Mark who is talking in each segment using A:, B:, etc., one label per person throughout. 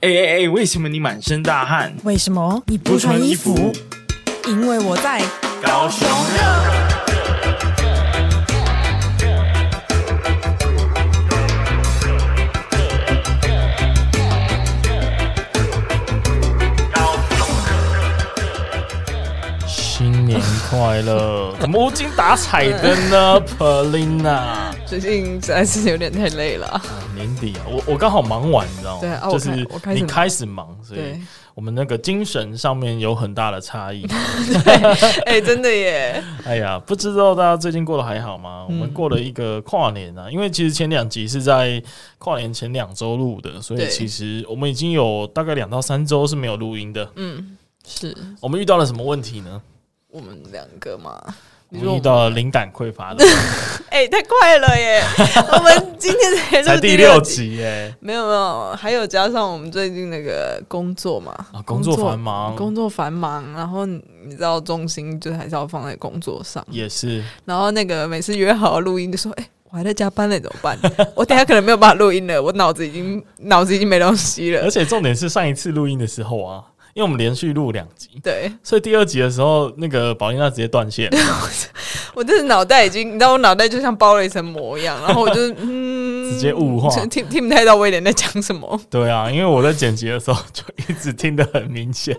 A: 哎哎哎，为什么你满身大汗？
B: 为什么你不穿衣服？因为我在。
A: 高雄
C: 新年快 乐！怎么无精打采的呢，Polina？
D: 最近实在是有点太累了。
C: 年底啊，我我刚好忙完，你知道吗？
D: 对啊
C: 就
D: 我
C: 是
D: 开我开始
C: 你
D: 忙
C: 开始忙，所以
D: 对，
C: 我们那个精神上面有很大的差异。
D: 哎、真的耶，
C: 哎呀，不知道大家最近过得还好吗？
D: 嗯
C: 我们过了一个跨年啊，因为其实前两集是在跨年前两周录的，所以
D: 对
C: 其实我们已经有大概两到三周是没有录音的。
D: 嗯，是
C: 我们遇到了什么问题呢？
D: 我们两个嘛。
C: 我
D: 你
C: 们
D: 说
C: 遇
D: 我
C: 到了灵感匮乏的，
D: 哎、太快了 耶！我们今天才
C: 才
D: 录
C: 第
D: 六
C: 六，集耶、
D: 没有没有，还有加上我们最近那个工作嘛，
C: 啊工作繁忙
D: 工作繁忙，然后你你知道重心就还是要放在工作上，
C: 也是
D: 然后那个每次约好录音就说，哎、我还在加班呢，怎么办？我等一下可能没有办法录音了，我脑子已经脑子已经没东西了
C: 而。且重点是上一次录音的时候啊，因为我们连续录两集，
D: 对，
C: 所以第二集的时候，那个宝丽娜直接断线了。
D: 我真的脑袋已经，你知道，我脑袋就像包了一层膜 一样，然后我就嗯，
C: 直接雾化
D: 就听听不太到威廉在讲什么，
C: 对啊，因为我在剪辑的时候就一直听得很明显。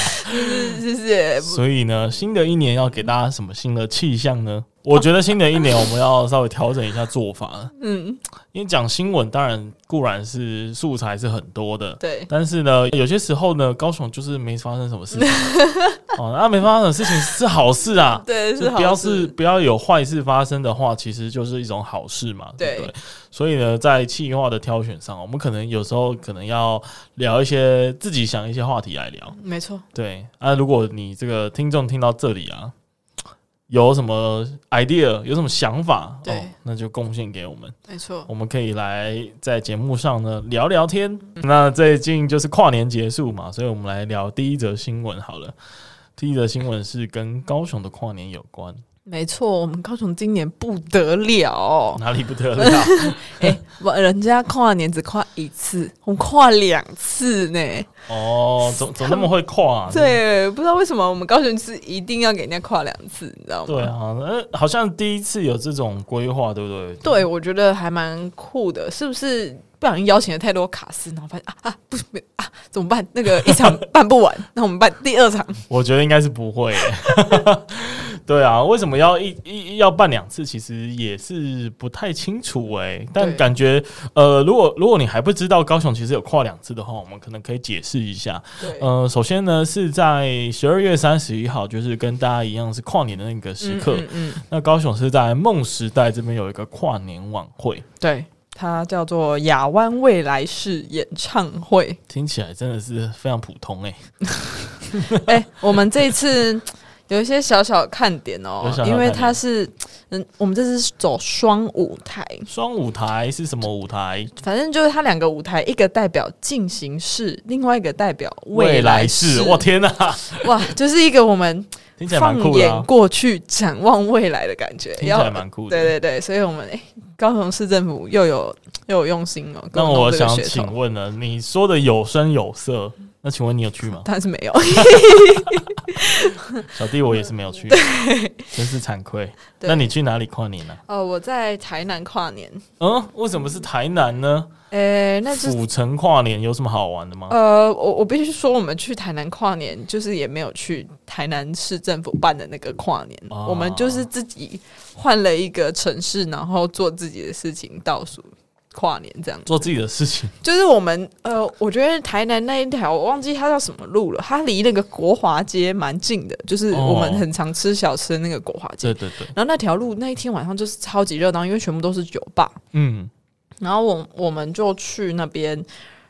D: 是不是？
C: 所以呢，新的一年要给大家什么新的气象呢？我觉得新的一年我们要稍微调整一下做法，
D: 嗯，
C: 因为讲新闻当然固然是素材是很多的，
D: 对，
C: 但是呢，有些时候呢，高雄就是没发生什么事 情哦，那没发生的事情是好事啊，
D: 对
C: 就是
D: 好
C: 不要
D: 事
C: 是不要有坏事发生的话，其实就是一种好事嘛，对不
D: 对
C: 对？所以呢，在企划的挑选上，我们可能有时候可能要聊一些自己想一些话题来聊，
D: 没错，
C: 对啊，如果你这个听众听到这里啊，有什么 idea，有什么想法，
D: 对
C: 哦，那就贡献给我们，
D: 没错，
C: 我们可以来在节目上呢聊聊天。那最近就是跨年结束嘛，所以我们来聊第一则新闻好了。第一则新闻是跟高雄的跨年有关，
D: 没错。我们高雄今年不得了，
C: 哪里不 得了？
D: 哎、我人家跨年只跨一次，我们跨两次呢。
C: 哦，总总那么会跨、啊，
D: 对，不知道为什么我们高雄是一定要给人家跨两次，你知道吗？
C: 对啊，呃，好像第一次有这种规划，对不对？
D: 对，我觉得还蛮酷的，是不是？不小心邀请了太多卡司，然后发现啊啊，不行不行啊，怎么办？那个 一场办不完，那我们办第二场。
C: 我觉得应该是不会、 欸。对啊，为什么要一一一要办两次？其实也是不太清楚哎、但
D: 对
C: 感觉呃，如果如果你还不知道高雄其实有跨两次的话，我们可能可以解释一下。
D: 对
C: 呃，首先呢是在十二月三十一号，就是跟大家一样是跨年的那个时刻。
D: 嗯嗯嗯
C: 那高雄是在梦时代这边有一个跨年晚会，
D: 对，它叫做亚湾未来式演唱会。
C: 听起来真的是非常普通哎、
D: 哎、我们这一次有一些小小看点哦
C: 有小小，看
D: 因为
C: 点
D: 它是嗯，我们这次是走双舞台，
C: 双舞台是什么舞台？
D: 反正就是它两个舞台，一个代表进行式，另外一个代表
C: 未来
D: 来
C: 式！我天哪、
D: 哇，就是一个我们。
C: 听起来蛮
D: 放
C: 酷的、啊
D: 眼。过去，展望未来的感觉，
C: 听起
D: 要
C: 来蛮酷的
D: 对对对，所以我们、诶哎高雄市政府又有 又有用心哦。
C: 那
D: 跟弄
C: 我
D: 这个
C: 想
D: 噱头？
C: 请，问呢，你说的有声有色，那请问你有去吗
D: 但是没有，
C: 小弟我也是没有去，真是惭愧。
D: 对
C: 那你去哪里跨年呢、
D: 哦，我在台南 跨年，
C: 嗯，为什么是台南呢？
D: 诶、那就是。
C: 府城跨年有什么好玩的吗？
D: 呃，我我必须说，我们去台南跨年，就是也没有去台南市政府办的那个跨年，
C: 哦
D: 我们就是自己换了一个城市，然后做自己的事情，倒数跨年这样子
C: 做自己的事情，
D: 就是我们呃，我觉得台南那一条我忘记它叫什么路了，它离那个国华街蛮近的，就是
C: 哦
D: 我们很常吃小吃的那个国华街。
C: 对对对，
D: 然后那条路那一天晚上就是超级热闹，因为全部都是酒吧。
C: 嗯，
D: 然后我我们就去那边，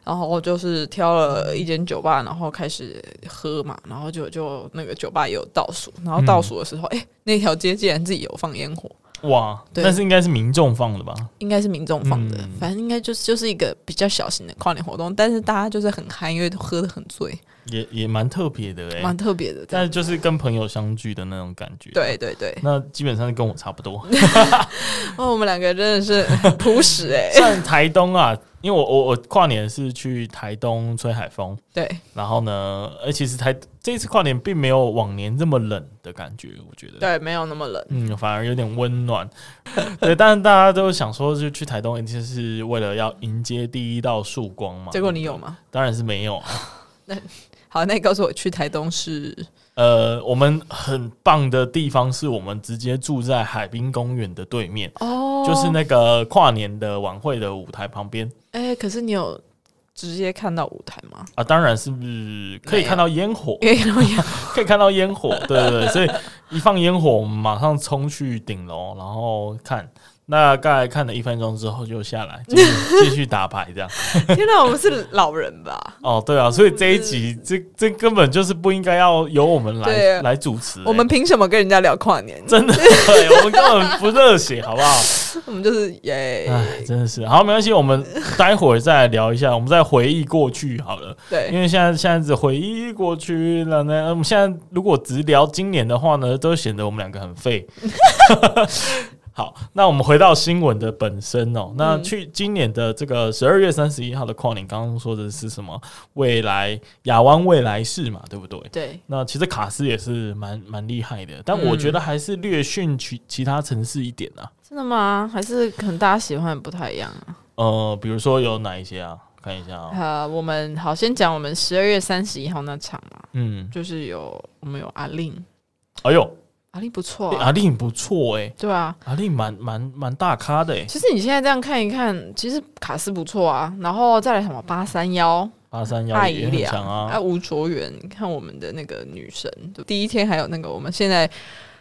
D: 然后就是挑了一间酒吧，然后开始喝嘛，然后就就那个酒吧也有倒数，然后倒数的时候，哎、那条街竟然自己有放烟火，
C: 哇，
D: 对
C: 但是应该是民众放的吧？
D: 应该是民众放的，
C: 嗯
D: 反正应该就是就是一个比较小型的跨年活动，但是大家就是很嗨，因为都喝的很醉，
C: 也也蛮特别的哎、
D: 蛮特别的。
C: 但就是跟朋友相聚的那种感觉。，
D: 对对对，
C: 那基本上是跟我差不多。
D: 哦，我们两个真的是朴实哎、
C: 像台东啊，因为我我我跨年是去台东吹海风，
D: 对，
C: 然后呢，哎、其实台这一次跨年并没有往年这么冷的感觉，我觉得。
D: 对，没有那么冷。
C: 嗯，反而有点温暖。 对，但是大家都想说，就去台东一定是为了要迎接第一道曙光嘛。
D: 结果你有吗？
C: 当然是没有啊。
D: 好，那你告诉我去台东是
C: 呃，我们很棒的地方是我们直接住在海滨公园的对面，
D: 哦
C: 就是那个跨年的晚会的舞台旁边
D: 哎、可是你有直接看到舞台吗？
C: 啊。当然是不是可以看到烟火，
D: 因为然后也
C: 可以看到烟火， 对对对，所以一放烟火，我们马上冲去顶楼，然后看。大概看了一分钟之后就下 来，继续继续打牌这样。
D: 天哪，我们是老人 吧？
C: 哦，对啊，所以这一集这这根本就是不应该要由我们来
D: 嗯对啊
C: 来主持欸、
D: 我们凭什么跟人家聊跨年？
C: 真的对，我们根本不热血，好不 好？
D: 我们就是耶，
C: 哎，真的是好，没关系，我们待会儿再来聊一下，我们再回忆过去好了。因
D: 对，
C: 为现在现在只回忆过去了呢，我们现在如果只聊今年的话呢，都显得我们两个很废。 好，那我们回到新闻的本身哦。那去今年的这个十二月三十一号的跨年，刚刚说的是什么？未来亚湾未来式嘛，对不对？
D: 对，
C: 那其实卡斯也是蛮蛮厉害的，但我觉得还是略逊其其他城市一点啊。
D: 真的吗？还是可能大家喜欢的不太一样啊。
C: 呃，比如说有哪一些啊？看一下啊、
D: 呃，我们好先讲我们十二月三十一号那场嘛，
C: 嗯，
D: 就是有我们有阿令，
C: 哎呦，
D: 阿令不错、
C: 欸
D: 啊，
C: 阿令不错哎、
D: 对啊。
C: 阿令蛮蛮蛮大咖的哎、
D: 其实你现在这样看一看，其实卡斯不错啊，然后再来什么八三幺、
C: 八三嗯幺
D: 艾
C: 也
D: 怡
C: 很
D: 良
C: 强啊，
D: 吴卓源，你看我们的那个女神，对第一天还有那个我们现在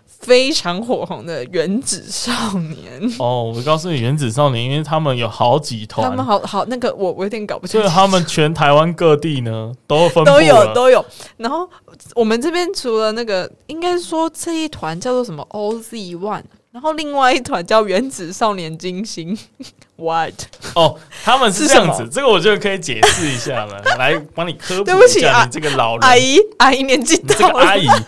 D: 非常火红的原子少年，
C: 哦，我告诉你，原子少年，因为他们有好几
D: 他
C: 团
D: 们，好好那个 我我有点搞不清
C: 所以
D: 楚，
C: 他们全台湾各地呢都分布
D: 都有
C: 了
D: 都有。然后我们这边除了那个，应该说这一团叫做什么 OZ One，然后另外一团叫原子少年金星 What？
C: 哦，他们是
D: 是
C: 这样
D: 什
C: 子，
D: 么
C: 这个我就可以解释一下 了，来帮你科
D: 对
C: 普
D: 不
C: 一
D: 起
C: 下
D: 啊
C: 你这个老人
D: 阿姨阿姨年纪
C: 你这
D: 大
C: 个
D: 了，
C: 阿姨，《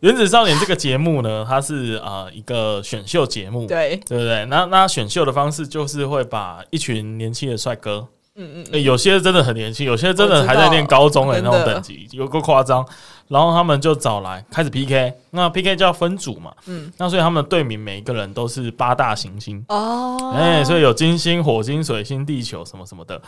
C: 原子少年》这个节目呢，它是啊、呃一个选秀节目，
D: 对，
C: 对不对？那那选秀的方式就是会把一群年轻的帅哥，
D: 嗯嗯
C: 欸有些真的很年轻，有些真
D: 我
C: 的
D: 知
C: 还在念
D: 道
C: 高中的那
D: 真
C: 种
D: 的
C: 等级，有够夸张。然后他们就找来开始 PK，那 PK 就要分组嘛，
D: 嗯，
C: 那所以他们的队名每一个人都是八大行星。
D: 哦，
C: 哎、所以有金星、火星、水星、地球什么什么的。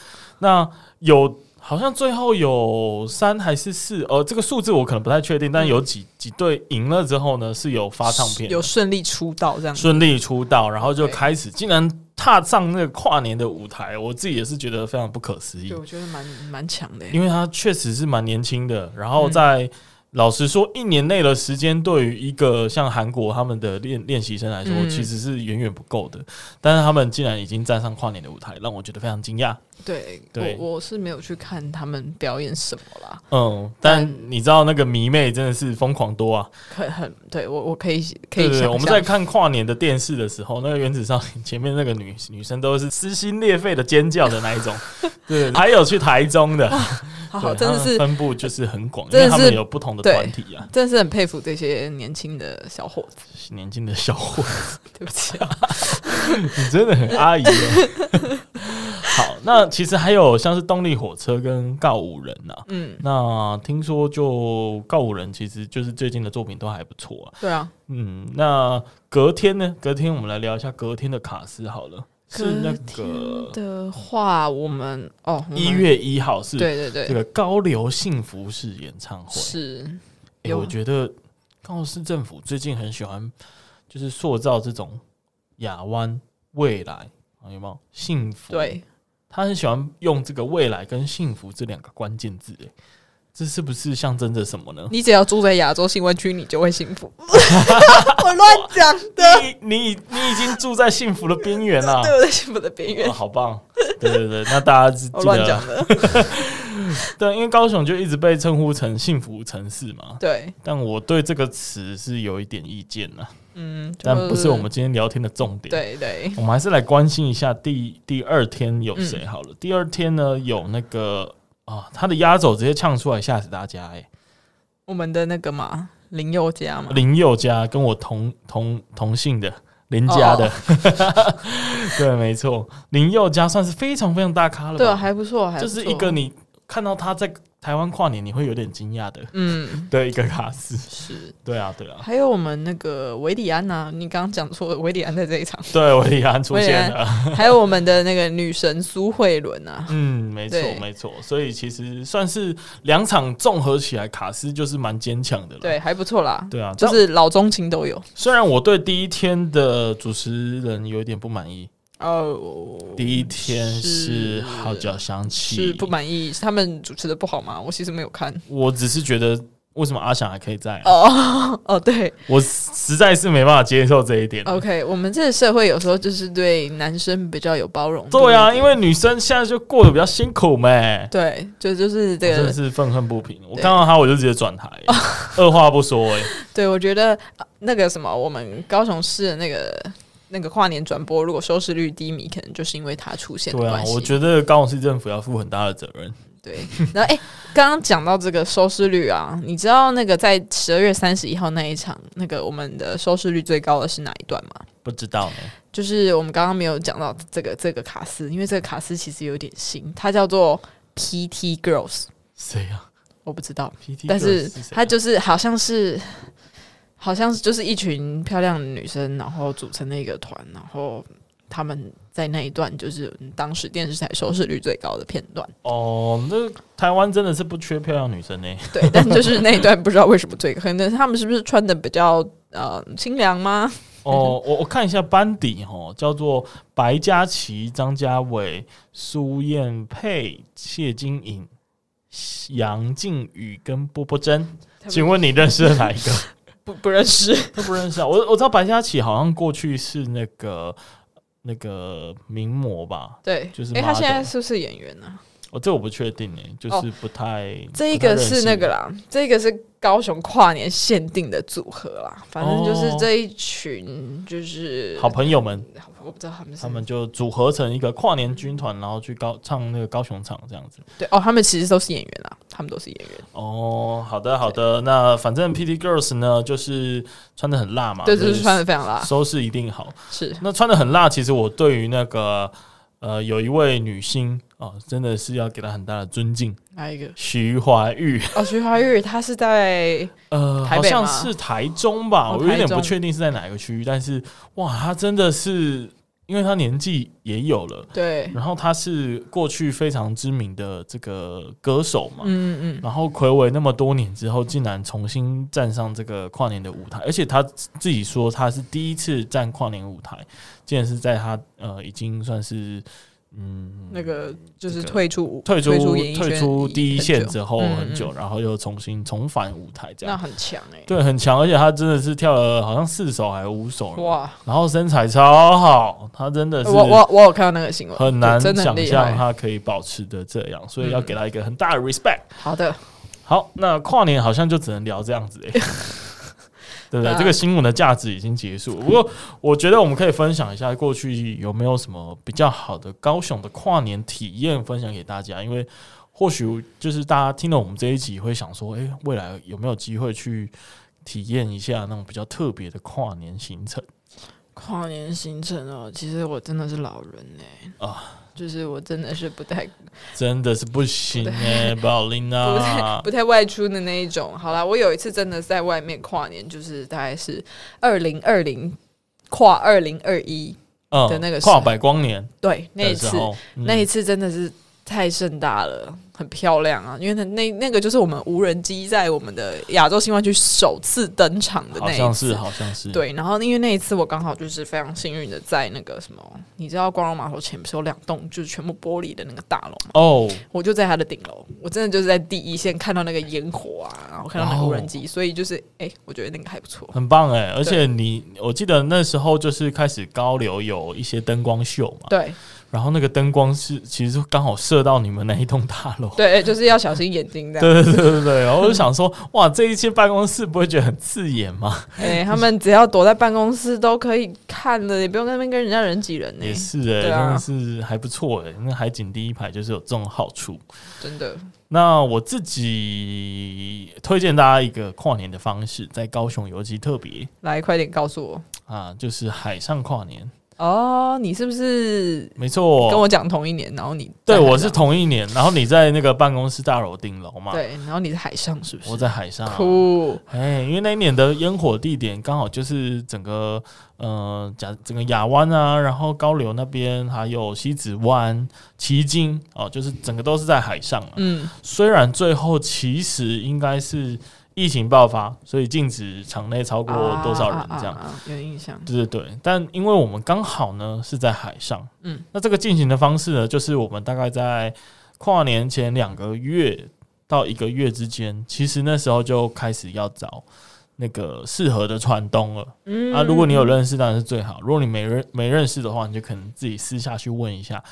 C: 那有好像最后有三还是四？呃，这个数字我可能不太确定，但有几几队赢了之后呢，是有发唱片的，
D: 嗯有顺利出道这样子，
C: 顺利出道，然后就
D: 对
C: 开始竟然踏上那个跨年的舞台，我自己也是觉得非常不可思议
D: 对，。我觉得蛮蛮强的耶。
C: 因为他确实是蛮年轻的，然后在、
D: 嗯
C: 老实说，一年内的时间对于一个像韩国他们的练练习生来说，
D: 嗯
C: 其实是远远不够的。但是他们竟然已经站上跨年的舞台，让我觉得非常惊讶。
D: 对，
C: 对
D: 我我是没有去看他们表演什么啦，
C: 嗯，但
D: 但
C: 你知道那个迷妹真的是疯狂多啊！
D: 很很对我我可以可
C: 对
D: 以
C: 对对，
D: 想象
C: 我们在看跨年的电视的时候，那个原子少年前面那个女 女生都是撕心裂肺的尖叫的那一 种。对，还有去台中的，
D: 好好
C: 对，嗯他
D: 哦真的
C: 们
D: 是
C: 分布就是很广，因
D: 真的
C: 为他们
D: 是
C: 有不同的
D: 对
C: 团体啊，
D: 真的是很佩服这些年轻的小伙子，
C: 年轻的小伙
D: 对不起、啊，
C: 你真的很阿姨耶。 好，那其实还有像是动力火车跟告五人呐、啊。
D: 嗯，
C: 那听说就告五人，其实就是最近的作品都还不错啊。
D: 对啊，
C: 嗯，那隔天呢？隔天我们来聊一下隔天的卡斯好了，是那
D: 隔天
C: 个
D: 的话，我们哦，我们
C: 一月一号是
D: 对对
C: 这
D: 对，
C: 个高流幸福式演唱会。
D: 是
C: 诶
D: 有
C: 我觉得高雄市政府最近很喜欢，就是塑造这种亚湾未来，啊有没有幸福？
D: 对，
C: 他很喜欢用这个未来跟幸福这两个关键字，哎，这是不是象征着什么呢？
D: 你只要住在亚洲新湾区，你就会幸福。 我乱讲的，
C: 你你你已经住在幸福的边缘了
D: 对，我在幸福的边
C: 哇
D: 缘，
C: 好棒！对对对，那大家是 哦
D: 我
C: 记
D: 乱讲
C: 得，
D: 的，
C: 对，因为高雄就一直被称呼成幸福城市嘛，
D: 对，
C: 但我对这个词是有一点意见的，
D: 嗯，就
C: 但不是我们今天聊天的重点。
D: 对对
C: 我们还是来关心一下第第二天有
D: 嗯
C: 谁好了。第二天呢，有那个啊，他的压轴直接呛出来吓死大家哎、
D: 我们的那个嘛林宥嘉嘛，
C: 林宥嘉跟我同同同姓的林家的，
D: 哦
C: 对，没错，林宥嘉算是非常非常大咖了吧？
D: 对啊，还不错，还不
C: 就
D: 错
C: 是一个你看到他在台湾跨年，你会有点惊讶的，
D: 嗯
C: 对，一个卡司，
D: 是，
C: 对啊，对啊，
D: 还有我们那个维里安呐、你刚刚讲错了，维里安在这 一场，
C: 对，维里安出现
D: 维
C: 了，
D: 还有我们的那个女神苏慧伦啊，
C: 嗯，没错
D: 对
C: 没错，所以其实算是两场综合起来，卡斯就是蛮坚强的了。
D: 对，还不错啦，
C: 对啊，
D: 就
C: 但
D: 是老中情都有
C: 虽然我对第一天的主持人有一点不满意，
D: 哦。
C: 第一天是
D: 是
C: 号角响起，
D: 是不满意他们主持的不好吗？我其实没有看
C: 我只是觉得为什么阿翔还可以在啊、
D: 哦 哦，对
C: 我实在是没办法接受这一点。
D: ，OK，我们这个社会有时候就是对男生比较有包容度一点。
C: 对啊，因为女生现在就过得比较辛苦嘛。
D: 对，就就是这
C: 我哦真的
D: 个，
C: 是愤恨不平，我看到他我就直接转 台，二话不说哎、
D: 对我觉得呃那个什么，我们高雄市的那个那个跨年转播，如果收视率低迷，可能就是因为它出现的
C: 对啊
D: 关，系。
C: 我觉得高雄市政府要负很大的责任。
D: 对，然后哎，刚刚讲到这个收视率啊，你知道那个在十二月三十一号那一场，那个我们的收视率最高的是哪一段吗？
C: 不知道呢，
D: 就是我们刚刚没有讲到这个这个卡斯，因为这个卡斯其实有点新，它叫做 PT Girls，
C: 谁啊
D: 我不知道，
C: ？PT，
D: 但
C: Girls
D: 是
C: 谁啊
D: 它就是好像是好像是就是一群漂亮的女生，然后组成的一个团，然后他们在那一段就是当时电视台收视率最高的片段，
C: 哦，那台湾真的是不缺漂亮女生呢、
D: 对，但就是那一段不知道为什么最高，可能他们是不是穿的比较呃清凉吗？
C: 哦，我我看一下班底哦，叫做白嘉琪、张家伟、苏燕佩、谢金颖、杨靖宇跟波波珍。请问你认识了哪 一个？
D: 不不认识，
C: 都不认识啊。我我知道白嘉琪好像过去是那个那个名模吧，
D: 对，
C: 就是
D: 哎、他
C: model
D: 现在是不是演员呢、
C: 我、这我不确定哎、就是不太。
D: 哦这一个是那个
C: 了，
D: 啦，这个是高雄跨年限定的组合啦，反正就是这一群就是
C: 哦好，朋友们，
D: 我不知道他们是
C: 他们就组合成一个跨年军团，然后去高唱那个高雄场这样子。
D: 对哦，他们其实都是演员啦，他们都是演员，
C: 哦，好的好的，那反正 PT Girls 呢，就是穿的很辣嘛，
D: 对，就是穿的非常辣，
C: 收视一定好。
D: 是
C: 那穿的很辣，其实我对于那个呃有一位女星哦，真的是要给她很大的尊敬，
D: 哪一个？
C: 徐怀钰，
D: 哦，徐怀钰她是在
C: 呃，
D: 台
C: 好
D: 北
C: 像
D: 吗
C: 是台中吧，
D: 哦
C: 我有点
D: 台中
C: 不确定是在哪个区域，但是哇，她真的是因为她年纪也有了，
D: 对，
C: 然后她是过去非常知名的这个歌手嘛，
D: 嗯嗯嗯，
C: 然后暌违那么多年之后，竟然重新站上这个跨年的舞台，而且他自己说他是第一次站跨年舞台，竟然是在他呃已经算是嗯
D: 那个就是
C: 这个
D: 退出
C: 退出
D: 出演艺圈
C: 退出第一线之后
D: 嗯
C: 很久，然后又重新重返舞台这
D: 那
C: 样，
D: 很强哎，
C: 对，很强，而且他真的是跳了好像四首还是五首，
D: 哇，
C: 然后身材超好，他真的是
D: 我我我有看到那个新闻，
C: 很难
D: 就真的很
C: 想
D: 厉
C: 象
D: 害，嗯
C: 他可以保持的这样，所以要给他一个很大的 respect。
D: 好的，
C: 好，那跨年好像就只能聊这样子、欸， 对不
D: 对
C: 对？
D: 啊
C: 这个新闻的价值已经结束。不过，我觉得我们可以分享一下过去有没有什么比较好的高雄的跨年体验分享给大家，因为或许就是大家听了我们这一集会想说，诶，未来有没有机会去体验一下那种比较特别的跨年行程？
D: 跨年行程哦，其实我真的是老人哎、
C: 啊
D: 就是我真的是不太、
C: 真的是不行哎、宝琳
D: 不太
C: 啊！
D: 不太外出的那一种。好啦，我有一次真的在外面跨年，就是大概是二零二零跨二零二一，的那个
C: 嗯，跨百光年
D: 对，那一
C: 的时
D: 次、
C: 候，嗯
D: 那一次真的是太盛大了，很漂亮啊！因为那那那个就是我们无人机在我们的亚洲新湾区首次登场的
C: 好
D: 那一次，
C: 像是好像是，
D: 对，然后因为那一次我刚好就是非常幸运的在那个什么，你知道光荣码头前不是有两栋就是全部玻璃的那个大楼吗？
C: 哦。
D: 我就在它的顶楼，我真的就是在第一线看到那个烟火啊，然后看到
C: 哦
D: 那个无人机，所以就是哎、我觉得那个还不错。
C: 很棒哎、而且你，我记得那时候就是开始高流有一些灯光秀嘛，
D: 对
C: 然后那个灯光是其实刚好射到你们那一栋大楼，
D: 对，就是要小心眼睛这 样。
C: 对对对对对，然后我就想说，哇，这一些办公室不会觉得很刺眼吗？
D: 哎、他们只要躲在办公室都可以看的，也不用在那边跟人家人挤人呢、
C: 也是哎、
D: 对啊
C: 真的是还不错哎、那海景第一排就是有这种好处。
D: 真的。
C: 那我自己推荐大家一个跨年的方式，在高雄尤其特别，
D: 来，快点告诉我，
C: 啊，就是海上跨年，
D: 哦，你是不是
C: 没错。
D: 跟我讲同一年？然后你
C: 对
D: 在海
C: 我是
D: 上
C: 同一年，然后你在那个办公室大楼顶楼嘛，
D: 对，然后你是海上是不是？
C: 我在海上啊、
D: 酷，
C: 哎，因为那一年的烟火地点刚好就是整个呃甲整个亚湾啊，然后高流那边，还有西子湾、旗津哦，就是整个都是在海上、啊。
D: 嗯，
C: 虽然最后其实应该是疫情爆发，所以禁止场内超过多少人这样。
D: 啊啊啊啊有印象。
C: 对对对，但因为我们刚好呢是在海上，
D: 嗯，
C: 那这个进行的方式呢，就是我们大概在跨年前两个月到一个月之间，其实那时候就开始要找那个适合的船东了、
D: 嗯
C: 啊。如果你有认识，当然是最好；如果你没认没认识的话，你就可能自己私下去问一下。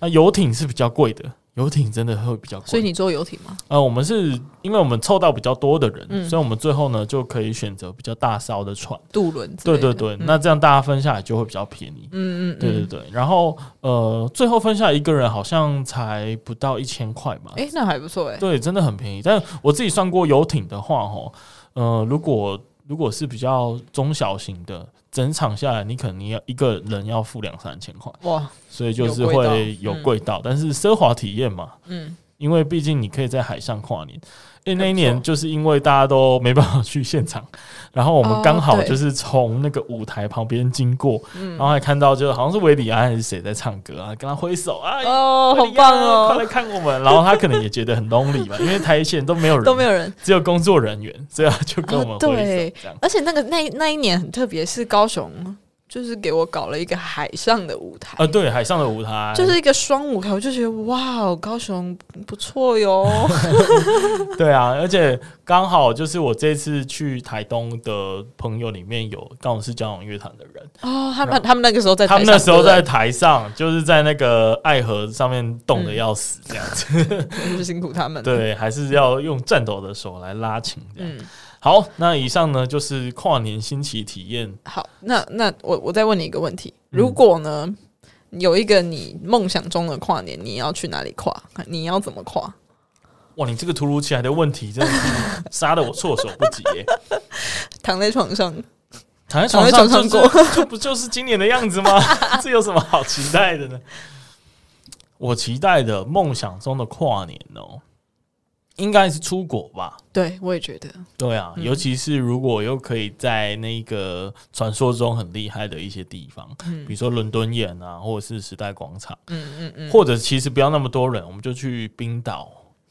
C: 那游艇是比较贵的，游艇真的会比较贵。
D: 嗯所以你坐游艇吗？
C: 呃，我们是因为我们凑到比较多的人，
D: 嗯
C: 所以我们最后呢就可以选择比较大艘的船。
D: 渡轮之
C: 对
D: 类的？
C: 对对，
D: 嗯
C: 那这样大家分下来就会比较便宜。
D: 嗯嗯，
C: 对对
D: 嗯。
C: 对，然后呃，最后分下来一个人好像才不到一千块嘛，
D: 哎，那还不错哎。
C: 对，真的很便宜。但我自己算过游艇的话，吼，呃，如果如果是比较中小型的，整场下来你可能要一个人要付两三千块，
D: 哇，
C: 所以就是
D: 有贵到
C: 会有
D: 嗯
C: 贵到，但是奢华体验嘛，
D: 嗯，
C: 因为毕竟你可以在海上跨年。因为那一
D: 没
C: 年
D: 错
C: 就是因为大家都没办法去现场，然后我们
D: 哦
C: 刚好
D: 对嗯
C: 就是从那个舞台旁边经过，然后还看到就好像是维里安还是谁在唱歌啊，跟他挥手啊，
D: 哦，
C: 维
D: 好
C: 里安
D: 棒
C: 快来
D: 哦，
C: 看我们。然后他可能也觉得很 lonely 吧，因为台前都没有人，
D: 都没有人。
C: 只有工作人员，所以他就跟我们
D: 哦
C: 挥手
D: 对
C: 这样。
D: 而且那个那那一年很特别，是高雄，就是给我搞了一个海上的舞台
C: 啊，，对，海上的舞台
D: 就是一个双舞台，我就觉得哇哦，高雄不错哟。
C: 对啊，而且刚好就是我这次去台东的朋友里面有高雄市交响乐团的人，
D: 哦，他们他们那个时候在台
C: 他
D: 上，
C: 们那时候
D: 对
C: 在
D: 不
C: 台上，就是在那个爱河上面冻得要死这样子，
D: 对就是辛苦他们。，
C: 对，还是要用颤抖的手来拉琴这样。
D: 嗯，
C: 好，那以上呢就是跨年新奇体验。
D: 好，那那我我再问你一个问题，如果呢？有一个你梦想中的跨年，你要去哪里跨？你要怎么跨？
C: 哇，你这个突如其来的问题真的是杀得我措手不及 耶！
D: 躺在床上，
C: 躺在
D: 躺
C: 床
D: 在
C: 上
D: 床
C: 就是这不就是今年的样子吗？ 这有什么好期待的呢？我期待的梦想中的跨年哦，应该是出国吧。
D: 对我也觉得，
C: 对啊，
D: 嗯
C: 尤其是如果又可以在那个传说中很厉害的一些地方，
D: 嗯
C: 比如说伦敦眼啊，或者是时代广场，
D: 嗯嗯嗯，
C: 或者其实不要那么多人，我们就去冰岛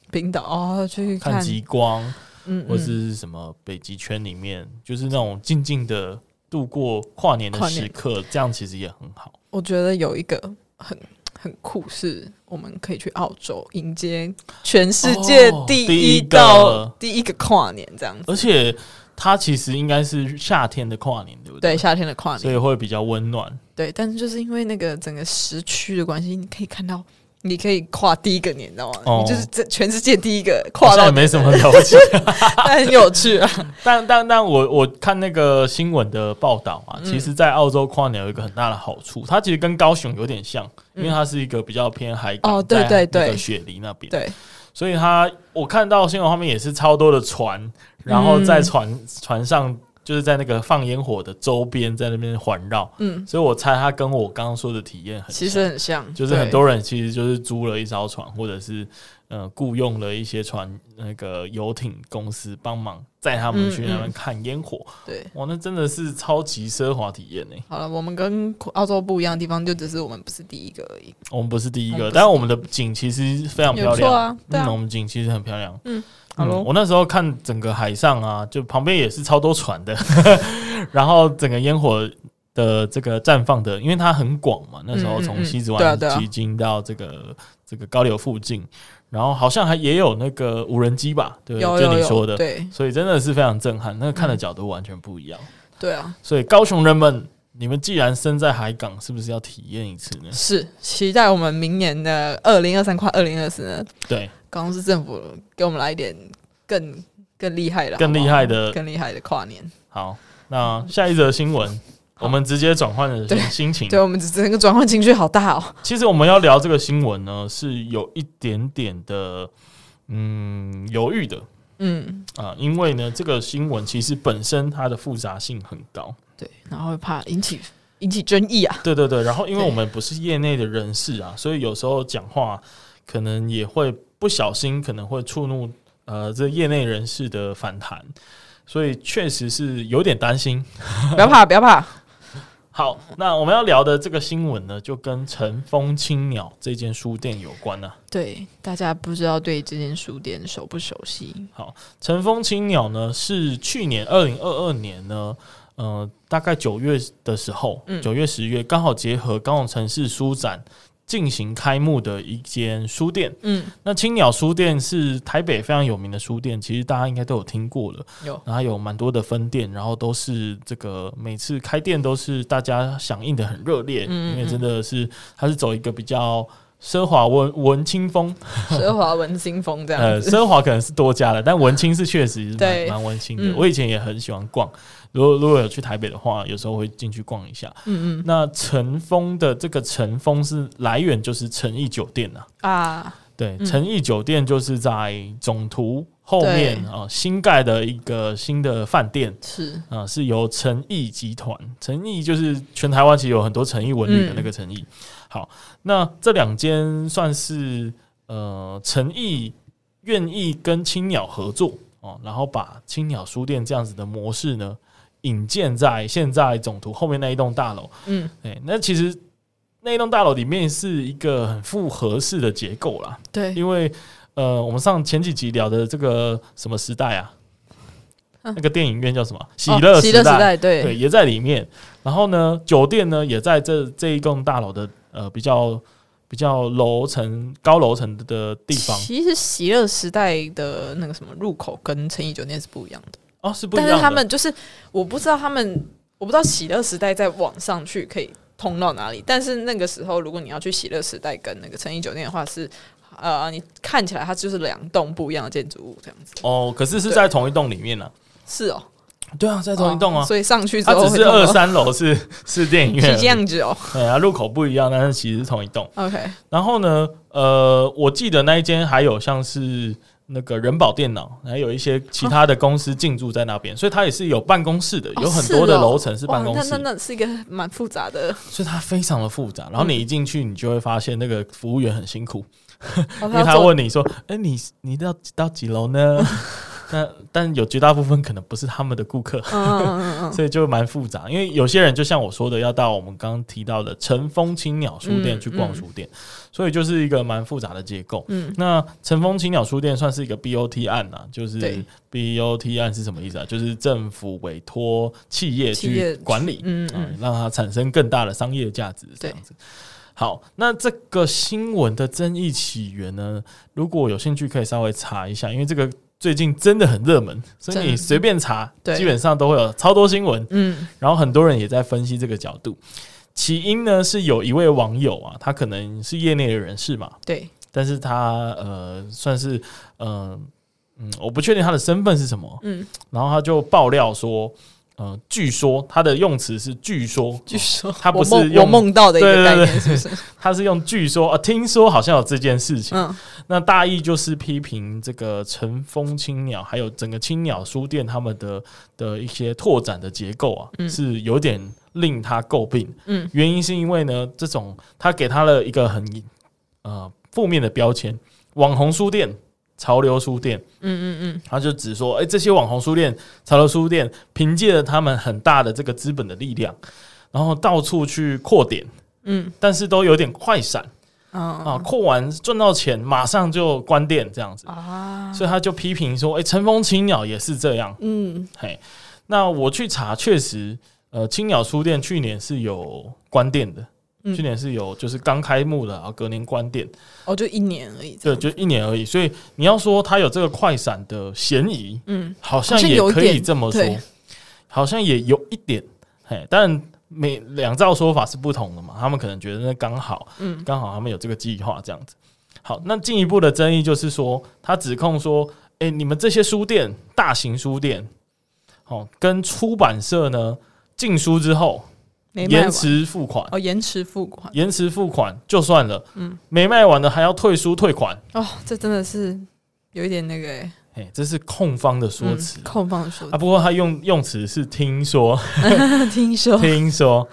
D: 冰岛哦，去
C: 看极光，
D: 嗯，嗯
C: 或是什么北极圈里面，就是那种静静的度过跨年的
D: 跨年
C: 时刻，这样其实也很好。
D: 我觉得有一个很很酷，是我们可以去澳洲迎接全世界
C: 哦
D: 第
C: 第一
D: 一
C: 个呃
D: 道、第一个跨年这样子。
C: 而且它其实应该是夏天的跨年，对不
D: 对夏天的跨
C: 所
D: 年，
C: 以会比较温暖。
D: 对，但是就是因为那个整个时区的关系，你可以看到，你可以跨第一个年，你知道吗？
C: 哦
D: 你就是这全世界第一个
C: 好
D: 跨
C: 像
D: 到
C: 也
D: 你，
C: 没什么了不起，
D: 但很有趣啊。
C: 但但但我我看那个新闻的报道
D: 嗯
C: 啊，其实，在澳洲跨年有一个很大的好处，它其实跟高雄有点像，因为它是一个比较偏海港，
D: 嗯哦对
C: 在
D: 对
C: 那个
D: 对
C: 雪梨那边，
D: 对，
C: 所以它我看到新闻画面也是超多的船，然后
D: 嗯
C: 在船、船上就是在那个放烟火的周边，在那边环绕，
D: 嗯，
C: 所以我猜它跟我刚刚说的体验很像，
D: 其实很像，
C: 就是很多人其实就是租了一艘船，或者是呃雇佣了一些船那个游艇公司帮忙载他们去那边看烟火。
D: 对。对
C: 哇，那真的是超级奢华体验呢、欸
D: 好了，我们跟澳洲不一样的地方，就只是我们不是第一个而已。
C: 我们不是第一
D: 我
C: 个，
D: 嗯们不是
C: 但我们的景其实非常漂
D: 也不
C: 亮
D: 错啊对啊
C: 嗯，我们景其实很漂亮。
D: 嗯，好
C: 嗯
D: 咯
C: 我那时候看整个海上啊，就旁边也是超多船的， 然后整个烟火的这个绽放的，因为它很广嘛，那时候
D: 嗯嗯
C: 从
D: 嗯
C: 西子
D: 对啊
C: 湾
D: 对啊
C: 集经到这个这个高流附近，然后好像还也有那个无人机吧，对不
D: 有
C: 对？就
D: 有
C: 你
D: 有，
C: 说的，
D: 对嗯
C: 所以真的是非常震撼，那个看的角度完全不一样。
D: 对啊，
C: 所以高雄人们，你们既然身在海港，是不是要体验一次呢？
D: 是期待我们明年的二零二三跨二零二四呢，
C: 对。
D: 高雄市政府给我们来一点更更厉害的、
C: 更厉害的
D: 好不好更厉害的跨年。
C: 好，那下一则新闻，我们直接转换了
D: 对
C: 心情。
D: 对我们整个转换情绪好大哦，
C: 其实我们要聊这个新闻呢，是有一点点的，嗯，犹豫的。
D: 嗯，
C: 啊、因为呢，这个新闻其实本身它的复杂性很高。
D: 对，然后怕引起 引起争议 啊，
C: 对对对，然后因为
D: 对
C: 我们不是业内的人士啊，所以有时候讲话可能也会不小心，可能会触怒呃这业内人士的反弹，所以确实是有点担心。
D: 不要怕，不要怕，
C: 好，那我们要聊的这个新闻呢，就跟乘风青鸟这间书店有关啊。
D: 对，大家不知道对这间书店熟不熟悉？
C: 乘风青鸟呢，是去年二零二二年呢，呃，大概九月的时候，
D: 嗯
C: 九、月十月刚好结合高雄城市书展进行开幕的一间书店。
D: 嗯，
C: 那青鸟书店是台北非常有名的书店，其实大家应该都有听过了。
D: 有
C: 然后有蛮多的分店，然后都是这个每次开店都是大家响应的很热烈，
D: 嗯嗯
C: 因为真的是它是走一个比较奢华文文青风，
D: 奢华文青风这样
C: 呃，
D: 子，
C: 奢华可能是多加了，但文青是确实蛮
D: 对
C: 蛮文青的。
D: 嗯
C: 我以前也很喜欢逛，如果如果有去台北的话，有时候会进去逛一下。
D: 嗯
C: 那乘风的这个乘风是来源就是诚意酒店啊，
D: 嗯啊，
C: 对，
D: 嗯
C: 诚意酒店就是在总图后面
D: 对
C: 啊、呃新盖的一个新的饭店。
D: 是
C: 啊、是由诚毅集团，诚毅就是全台湾其实有很多诚毅文旅的
D: 嗯
C: 那个诚毅。好，那这两间算是呃诚毅愿意跟青鸟合作哦，然后把青鸟书店这样子的模式呢引荐在现在总图后面那一栋大楼。
D: 嗯，
C: 哎、那其实那一栋大楼里面是一个很复合式的结构啦，
D: 对，
C: 因为呃，我们上前几集聊的这个什么时代啊，
D: 嗯
C: 那个电影院叫什么？喜
D: 哦
C: 乐
D: 喜
C: 时
D: 乐
C: 代，
D: 时代，对
C: 对，也在里面。然后呢，酒店呢也在这这一栋大楼的呃比较比较楼层高楼层的地方
D: 其实喜乐时代的那个什么入口跟诚意酒店是不一样的，
C: 哦，是不一
D: 但
C: 样
D: 是
C: 的。
D: 他们就是我不知道他们，我不知道喜乐时代再往上去可以通到哪里，但是那个时候如果你要去喜乐时代跟那个诚意酒店的话是。呃，你看起来它就是两栋不一样的建筑物，这样子
C: 哦，可是是
D: 对
C: 在同一栋里面呢、
D: 是哦，
C: 对啊，在同一栋啊
D: 哦。所以上去之
C: 它
D: 后
C: 只
D: 会
C: 是
D: 通到
C: 二三楼是是电影
D: 是这
C: 院，
D: 样子哦。
C: 对啊，入口不一样，但是其实是同一栋。
D: OK，
C: 然后呢，呃，我记得那一间还有像是那个人保电脑，还有一些其他的公司进驻在那边，所以它也是有办公室的，
D: 哦
C: 有很多的
D: 是哦
C: 楼层是
D: 哇
C: 办，公
D: 那
C: 室，
D: 那那是一个蛮复杂的，
C: 所以它非常的复杂。然后你一进去，你就会发现那个服务员很辛苦，
D: 因
C: 因为他问你说：“哎、你你到到几楼呢？” 那但有绝大部分可能不是他们的顾客，
D: 嗯嗯嗯嗯，
C: 所以就蛮复杂。因为有些人就像我说的，要到我们刚刚提到的乘风青鸟书店
D: 嗯
C: 去逛
D: 嗯
C: 书店，所以就是一个蛮复杂的结构。
D: 嗯，
C: 那乘风青鸟书店算是一个 BOT 案呐、啊就
D: 对
C: 是 BOT 案是什么意思啊？就是政府委托企业
D: 企业
C: 去管理，
D: 嗯嗯
C: 啊让它产生更大的商业价值，这样子。好，那这个新闻的争议起源呢？如果有兴趣，可以稍微查一下，因为这个最近真的很热门，所以
D: 真
C: 你随便查，
D: 对
C: 基本上都会有超多新闻。
D: 嗯
C: 然后很多人也在分析这个角度。起因呢是有一位网友啊，他可能是业内的人士嘛，
D: 对，
C: 但是他呃算是呃嗯，我不确定他的身份是什么。
D: 嗯，
C: 然后他就爆料说，呃，据说他的用词是据说，
D: 据说
C: 他不是
D: 我梦我
C: 用
D: 梦到的一
C: 对
D: 个
C: 对
D: 概
C: 对
D: 念，是不是？
C: 他是用据说啊、呃听说好像有这件事情。
D: 嗯，
C: 那大意就是批评这个乘风青鸟，还有整个青鸟书店他们的的一些拓展的结构啊，
D: 嗯
C: 是有点令他诟病。
D: 嗯，
C: 原因是因为呢，这种他给他了一个很呃负面的标签，网红书店、潮流书店。
D: 嗯嗯
C: 他就只说，哎、这些网红书店、潮流书店凭借着他们很大的这个资本的力量，然后到处去扩点，
D: 嗯
C: 但是都有点快闪
D: 嗯
C: 啊，
D: 啊
C: 扩完赚到钱马上就关店这样子，
D: 啊，
C: 所以他就批评说，哎、乘风青鸟也是这样，
D: 嗯
C: 嘿，那我去查，确实，呃，青鸟书店去年是有关店的。
D: 嗯
C: 去年是有，就是刚开幕的，然后隔年关店，
D: 哦，就一年而已，
C: 对，就一年而已。所以你要说他有这个快闪的嫌疑，
D: 嗯
C: 好像也可以这么说，好像也有一点，嘿，但每两造说法是不同的嘛，他们可能觉得那刚好，
D: 嗯
C: 刚好他们有这个计划这样子。好，那进一步的争议就是说，他指控说，诶，你们这些书店，大型书店，哦，跟出版社呢进书之后
D: 没卖
C: 延
D: 完
C: 迟付款，
D: 哦，延迟付款
C: 延迟付款就算了，
D: 嗯
C: 没卖完的还要退书退款，
D: 哦，这真的是有一点那个欸，
C: 哎、这是控方的说辞、
D: 控方说
C: 啊。，不过他用用词是听说，
D: 听说
C: 听说。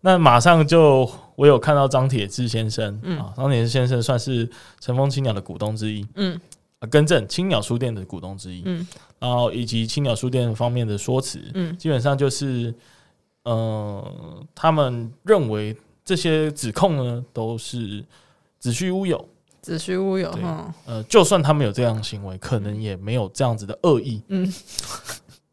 C: 那马上就我有看到张铁志先生，
D: 嗯
C: 啊，张铁志先生算是乘风青鸟的股东之一，
D: 嗯
C: 啊，更正青鸟书店的股东之一，
D: 嗯
C: 然后以及青鸟书店方面的说辞，
D: 嗯
C: 基本上就是，呃，他们认为这些指控呢都是子虚乌有，
D: 子虚乌有
C: 对
D: 哈，
C: 呃，就算他们有这样的行为，可能也没有这样子的恶意。
D: 嗯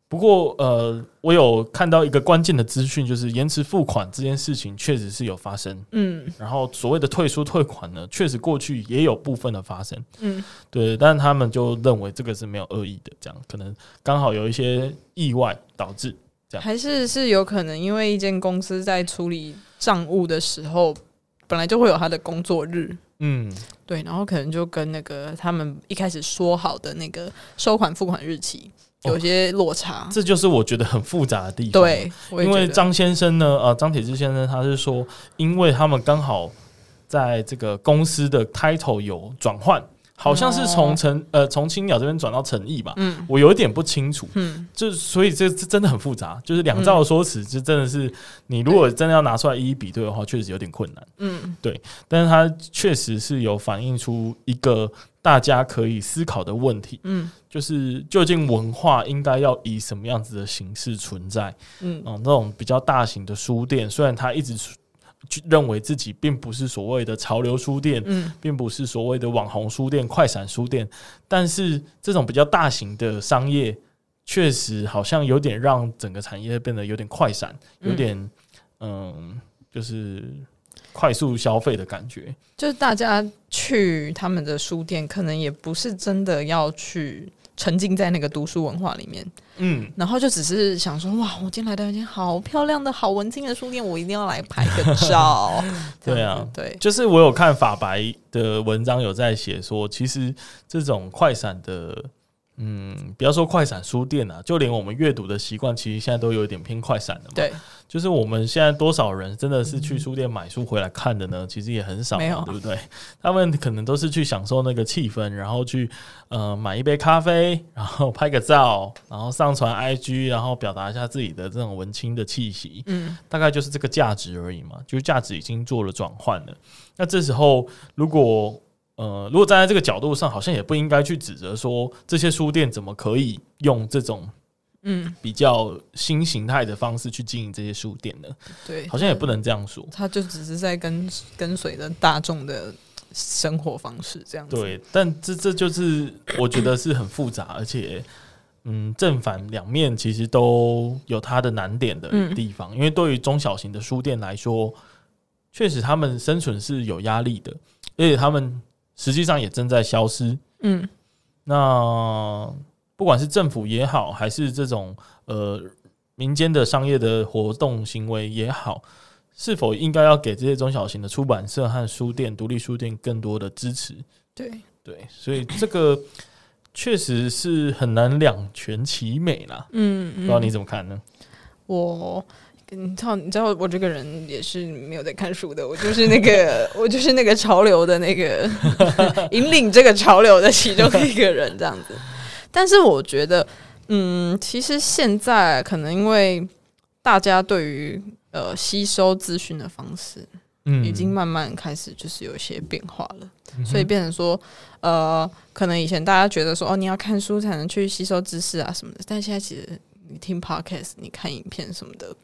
C: 不过，呃，我有看到一个关键的资讯，就是延迟付款这件事情确实是有发生。
D: 嗯
C: 然后，所谓的退出退款呢，确实过去也有部分的发生，
D: 嗯
C: 对，但他们就认为这个是没有恶意的，这样可能刚好有一些意外导致。
D: 还是是有可能，因为一间公司在处理账务的时候，本来就会有他的工作日，
C: 嗯，
D: 对，然后可能就跟那个他们一开始说好的那个收款付款日期
C: 哦
D: 有些落差。
C: 这就是我觉得很复杂的地方。
D: 对，我也
C: 因为
D: 觉得
C: 张先生呢，呃，张铁志先生他是说，因为他们刚好在这个公司的 title 有转换，好像是从
D: 哦
C: 陈、呃从青鸟这边转到陈毅吧，
D: 嗯
C: 我有一点不清楚。
D: 嗯
C: 就所以这这真的很复杂，就是两造的说辞，这真的是你如果真的要拿出来一一比对的话，确实有点困难。
D: 嗯
C: 但是它确实是有反映出一个大家可以思考的问题，
D: 嗯
C: 就是究竟文化应该要以什么样子的形式存在？
D: 嗯
C: 嗯，那种比较大型的书店，虽然他一直说就认为自己并不是所谓的潮流书店，
D: 嗯
C: 并不是所谓的网红书店、快闪书店，但是这种比较大型的商业，确实好像有点让整个产业变得有点快闪，有
D: 嗯
C: 点嗯就是快速消费的感觉。
D: 就是大家去他们的书店，可能也不是真的要去沉浸在那个读书文化里面，
C: 嗯，
D: 然后就只是想说，哇，我今天来到一间好漂亮的、好文青的书店，我一定要来拍个照。
C: 对
D: 这
C: 啊
D: 样子对，
C: 就是我有看法白的文章，有在写说，其实这种快闪的，嗯，不要说快闪书店啊，就连我们阅读的习惯，其实现在都有一点偏快闪的嘛。，
D: 对，
C: 就是我们现在多少人真的是去书店买书回来看的呢？其实也很少嘛，
D: 嗯没有
C: 对不对？ 他们可能都是去享受那个气氛，然后去呃买一杯咖啡，然后拍个照，然后上传 IG，然后表达一下自己的这种文青的气息。
D: 嗯
C: 大概就是这个价值而已嘛，就是价值已经做了转换了。那这时候如果呃，如果站在这个角度上，好像也不应该去指责说这些书店怎么可以用这种
D: 嗯，
C: 比较新形态的方式去经营这些书店呢？
D: 对，
C: 好像也不能这样说。
D: 他就只是在跟跟随着大众的生活方式这样子。，
C: 对，但这这就是我觉得是很复杂，而且嗯，正反两面其实都有它的难点的
D: 嗯
C: 地方。因为对于中小型的书店来说，确实他们生存是有压力的，而且他们实际上也正在消失。
D: 嗯
C: 那不管是政府也好，还是这种呃民间的商业的活动行为也好，是否应该要给这些中小型的出版社和书店、独立书店更多的支持？
D: 对，
C: 对，所以这个确实是很难两全其美啦。
D: 嗯
C: 不
D: 嗯
C: 知道你怎么看呢？
D: 我，你知道，你知道我这个人也是没有在看书的，我就是那个，我就是那个潮流的那个 引领这个潮流的其中一个人，这样子。但是我觉得，嗯，其实现在可能因为大家对于呃吸收资讯的方式，
C: 嗯
D: 已经慢慢开始就是有一些变化了，所以变成说，呃，可能以前大家觉得说，哦，你要看书才能去吸收知识啊什么的，但现在其实你听 podcast，你看影片什么的，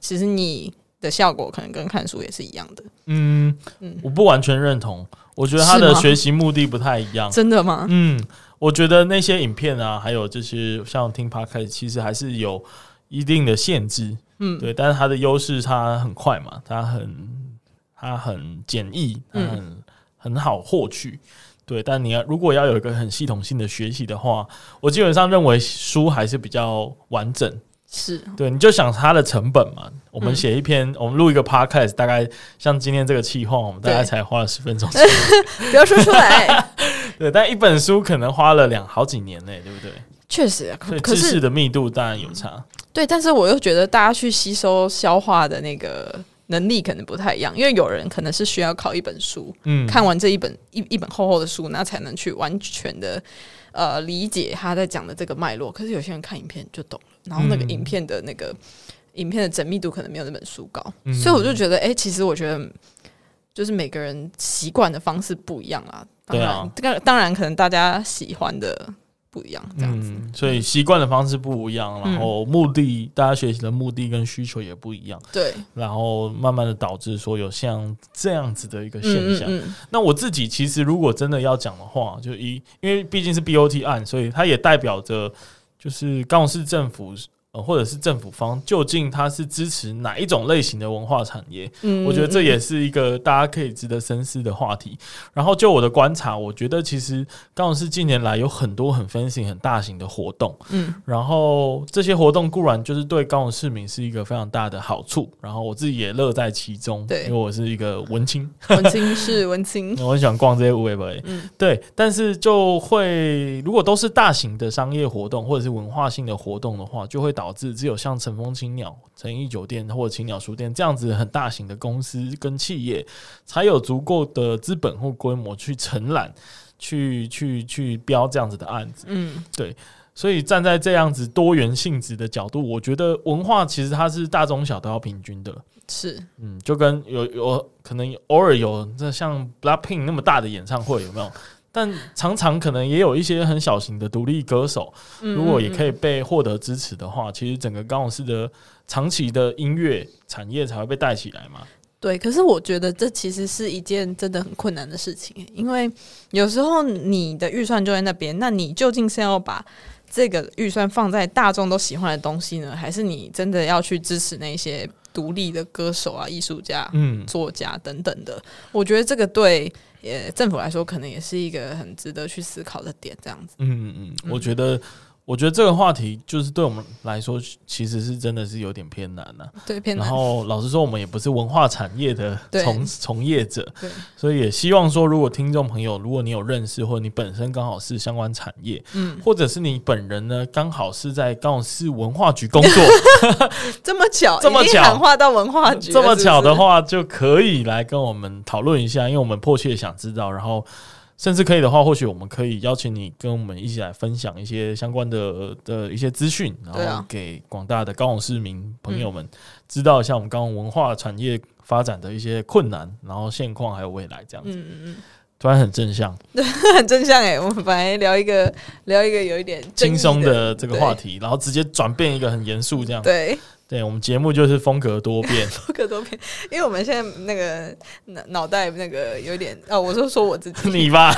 D: 其实你的效果可能跟看书也是一样的。
C: 嗯，
D: 嗯
C: 我不完全认同，我觉得他
D: 是
C: 的
D: 吗
C: 学习目的不太一样。
D: 真的吗？
C: 嗯，我觉得那些影片啊，还有就是像听 podcast，其实还是有一定的限制。
D: 嗯，
C: 对，但是它的优势，它很快嘛，它很它很简易，它
D: 嗯
C: 很、很好获取。对，但你要如果要有一个很系统性的学习的话，我基本上认为书还是比较完整。
D: 是，
C: 对，你就想它的成本嘛，我们
D: 嗯
C: 写一篇，我们录一个 podcast，大概像今天这个企划，我们大概
D: 对
C: 才花了十分钟。
D: 不要说出 来。
C: 对，但一本书可能花了两好几年呢、对不对？
D: 确实，
C: 所
D: 可
C: 以
D: 可
C: 知识
D: 是
C: 的密度当然有差。
D: 对，但是我又觉得大家去吸收消化的那个能力可能不太一样，因为有人可能是需要靠一本书，
C: 嗯，
D: 看完这一本一一本厚厚的书，那才能去完全的呃理解他在讲的这个脉络，可是有些人看影片就懂了，然后那个
C: 嗯
D: 影片的那个、影片的缜密度可能没有那本书高，
C: 嗯
D: 所以我就觉得，哎、其实我觉得就是每个人习惯的方式不一样啦。当
C: 对
D: 然
C: 啊，
D: 当然当然可能大家喜欢的不一样，这样子。
C: 嗯，所以习惯的方式不一样，然
D: 嗯
C: 后目的、大家学习的目的跟需求也不一样，
D: 对，
C: 然后慢慢的导致说有像这样子的一个现
D: 嗯
C: 象。
D: 嗯嗯，
C: 那我自己其实如果真的要讲的话，就一因为毕竟是 BOT 案，所以它也代表着就是高雄市政府呃或者是政府方究竟它是支持哪一种类型的文化产业，
D: 嗯
C: 我觉得这
D: 嗯
C: 也是一个大家可以值得深思的话题。然后就我的观察，我觉得其实高雄市近年来有很多很 fancy 很大型的活动，
D: 嗯
C: 然后这些活动固然就是对高雄市民是一个非常大的好处，然后我自己也乐在其中，
D: 对
C: 因为我是一个文青。
D: 文青是文青，
C: 我很喜欢逛这些无为不
D: 嗯
C: 对，但是就会如果都是大型的商业活动或者是文化性的活动的话，就会导致只有像乘风青鸟、诚毅酒店或者青鸟书店这样子很大型的公司跟企业，才有足够的资本或规模去承揽、去去去标这样子的案子。
D: 嗯，
C: 所以站在这样子多元性质的角度，我觉得文化其实它是大中小都要平均的。
D: 是
C: 嗯，就跟有有可能偶尔有这像 Blackpink 那么大的演唱会有没有？但常常可能也有一些很小型的独立歌手，
D: 嗯
C: 如果也可
D: 以，
C: 以被获得支持的话，其实整个高雄市的长期的音乐产业才会被带起来嘛。
D: 对。可是我觉得这其实是一件真的很困难的事情，欸因为有时候你的预算就在那边，那你究竟是要把这个预算放在大众都喜欢的东西呢，还是你真的要去支持那些独立的歌手啊、艺术家、
C: 嗯，
D: 作家等等的？我觉得这个对呃政府来说，可能也是一个很值得去思考的点，这样子。
C: 嗯嗯，嗯，我觉得，我觉得这个话题就是对我们来说，其实是真的是有点偏难呐、
D: 对，偏
C: 然
D: 难。
C: 后老实说，我们也不是文化产业的
D: 对
C: 从从业者，
D: 对，
C: 所以也希望说，如果听众朋友，如果你有认识，或者你本身刚好是相关产业，
D: 嗯，
C: 或者是你本人呢刚好是在高雄市文化局工作，
D: 这么巧，
C: 这么
D: 已经
C: 巧
D: 喊话到文化局了，
C: 这么巧
D: 是不
C: 的
D: 是
C: 话，就可以来跟我们讨论一下，因为我们迫切想知道，然后。甚至可以的话，或许我们可以邀请你跟我们一起来分享一些相关的的一些资讯，然
D: 对
C: 后
D: 啊
C: 给广大的高雄市民朋友们知道一下我们高雄文化产业发展的一些困难，然后现况还有未来这样子。
D: 嗯嗯
C: 突然很正向。
D: 很正向哎，我们本来聊一个聊一个有一点争议
C: 轻松的这个话
D: 题，
C: 题，然后直接转变一个很严肃这样。
D: 对，
C: 对，我们节目就是风格多变。
D: 不可多变，因为我们现在那个脑脑袋那个有点哦，我就说我自 己
C: 你吧，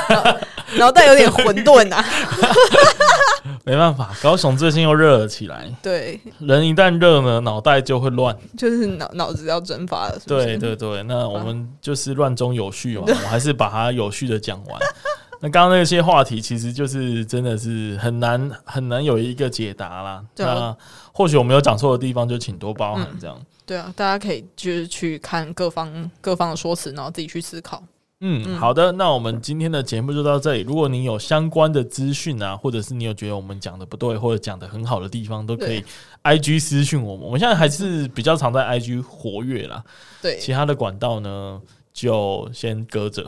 D: 脑袋有点混沌啊，
C: 没办法，高雄最近又热了起来。
D: 对，
C: 人一旦热呢，脑袋就会乱。
D: 就是脑脑子要蒸发了，是不是
C: 对，对对，那我们就是乱中有序嘛，我还是把它有序的讲完。 那刚刚那些话题，其实就是真的是很难很难有一个解答啦。
D: 对啊
C: 那或许我们有讲错的地方，就请多包涵
D: 嗯
C: 这样。
D: 对啊，大家可以就是去看各方各方的说辞，然后自己去思考。
C: 嗯，
D: 嗯
C: 好的，那我们今天的节目就到这里。如果你有相关的资讯啊，或者是你有觉得我们讲的不对，或者讲的很好的地方，都可以 I G 私讯我们。我们现在还是比较常在 I G 活跃啦，
D: 对，
C: 其他的管道呢就先搁着。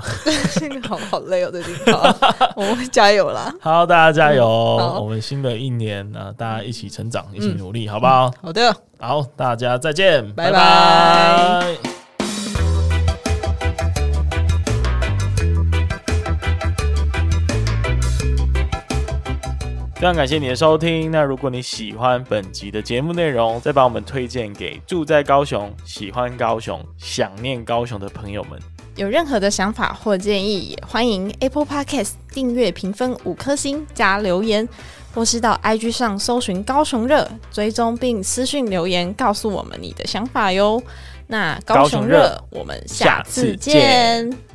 D: 这 个好好累哦，最近，好我们会加油啦。
C: 好，大家加油！
D: 嗯好
C: 我们新的一年啊，大家一起成长，一起
D: 嗯
C: 努力，好不好？
D: 好的。
C: 好，大家再见，
D: 拜
C: 拜
D: 拜
C: 非常感谢你的收听。那如果你喜欢本集的节目内容，再把我们推荐给住在高雄、喜欢高雄、想念高雄的朋友们。
B: 有任何的想法或建议，也欢迎 Apple Podcast 订阅、评分五颗星加留言，或是到 IG 上搜寻“高雄热”，追踪并私讯留言告诉我们你的想法哟。那高
C: 高雄
B: 雄
C: 热
B: 热，我们下
C: 下次
B: 次
C: 见
B: 见。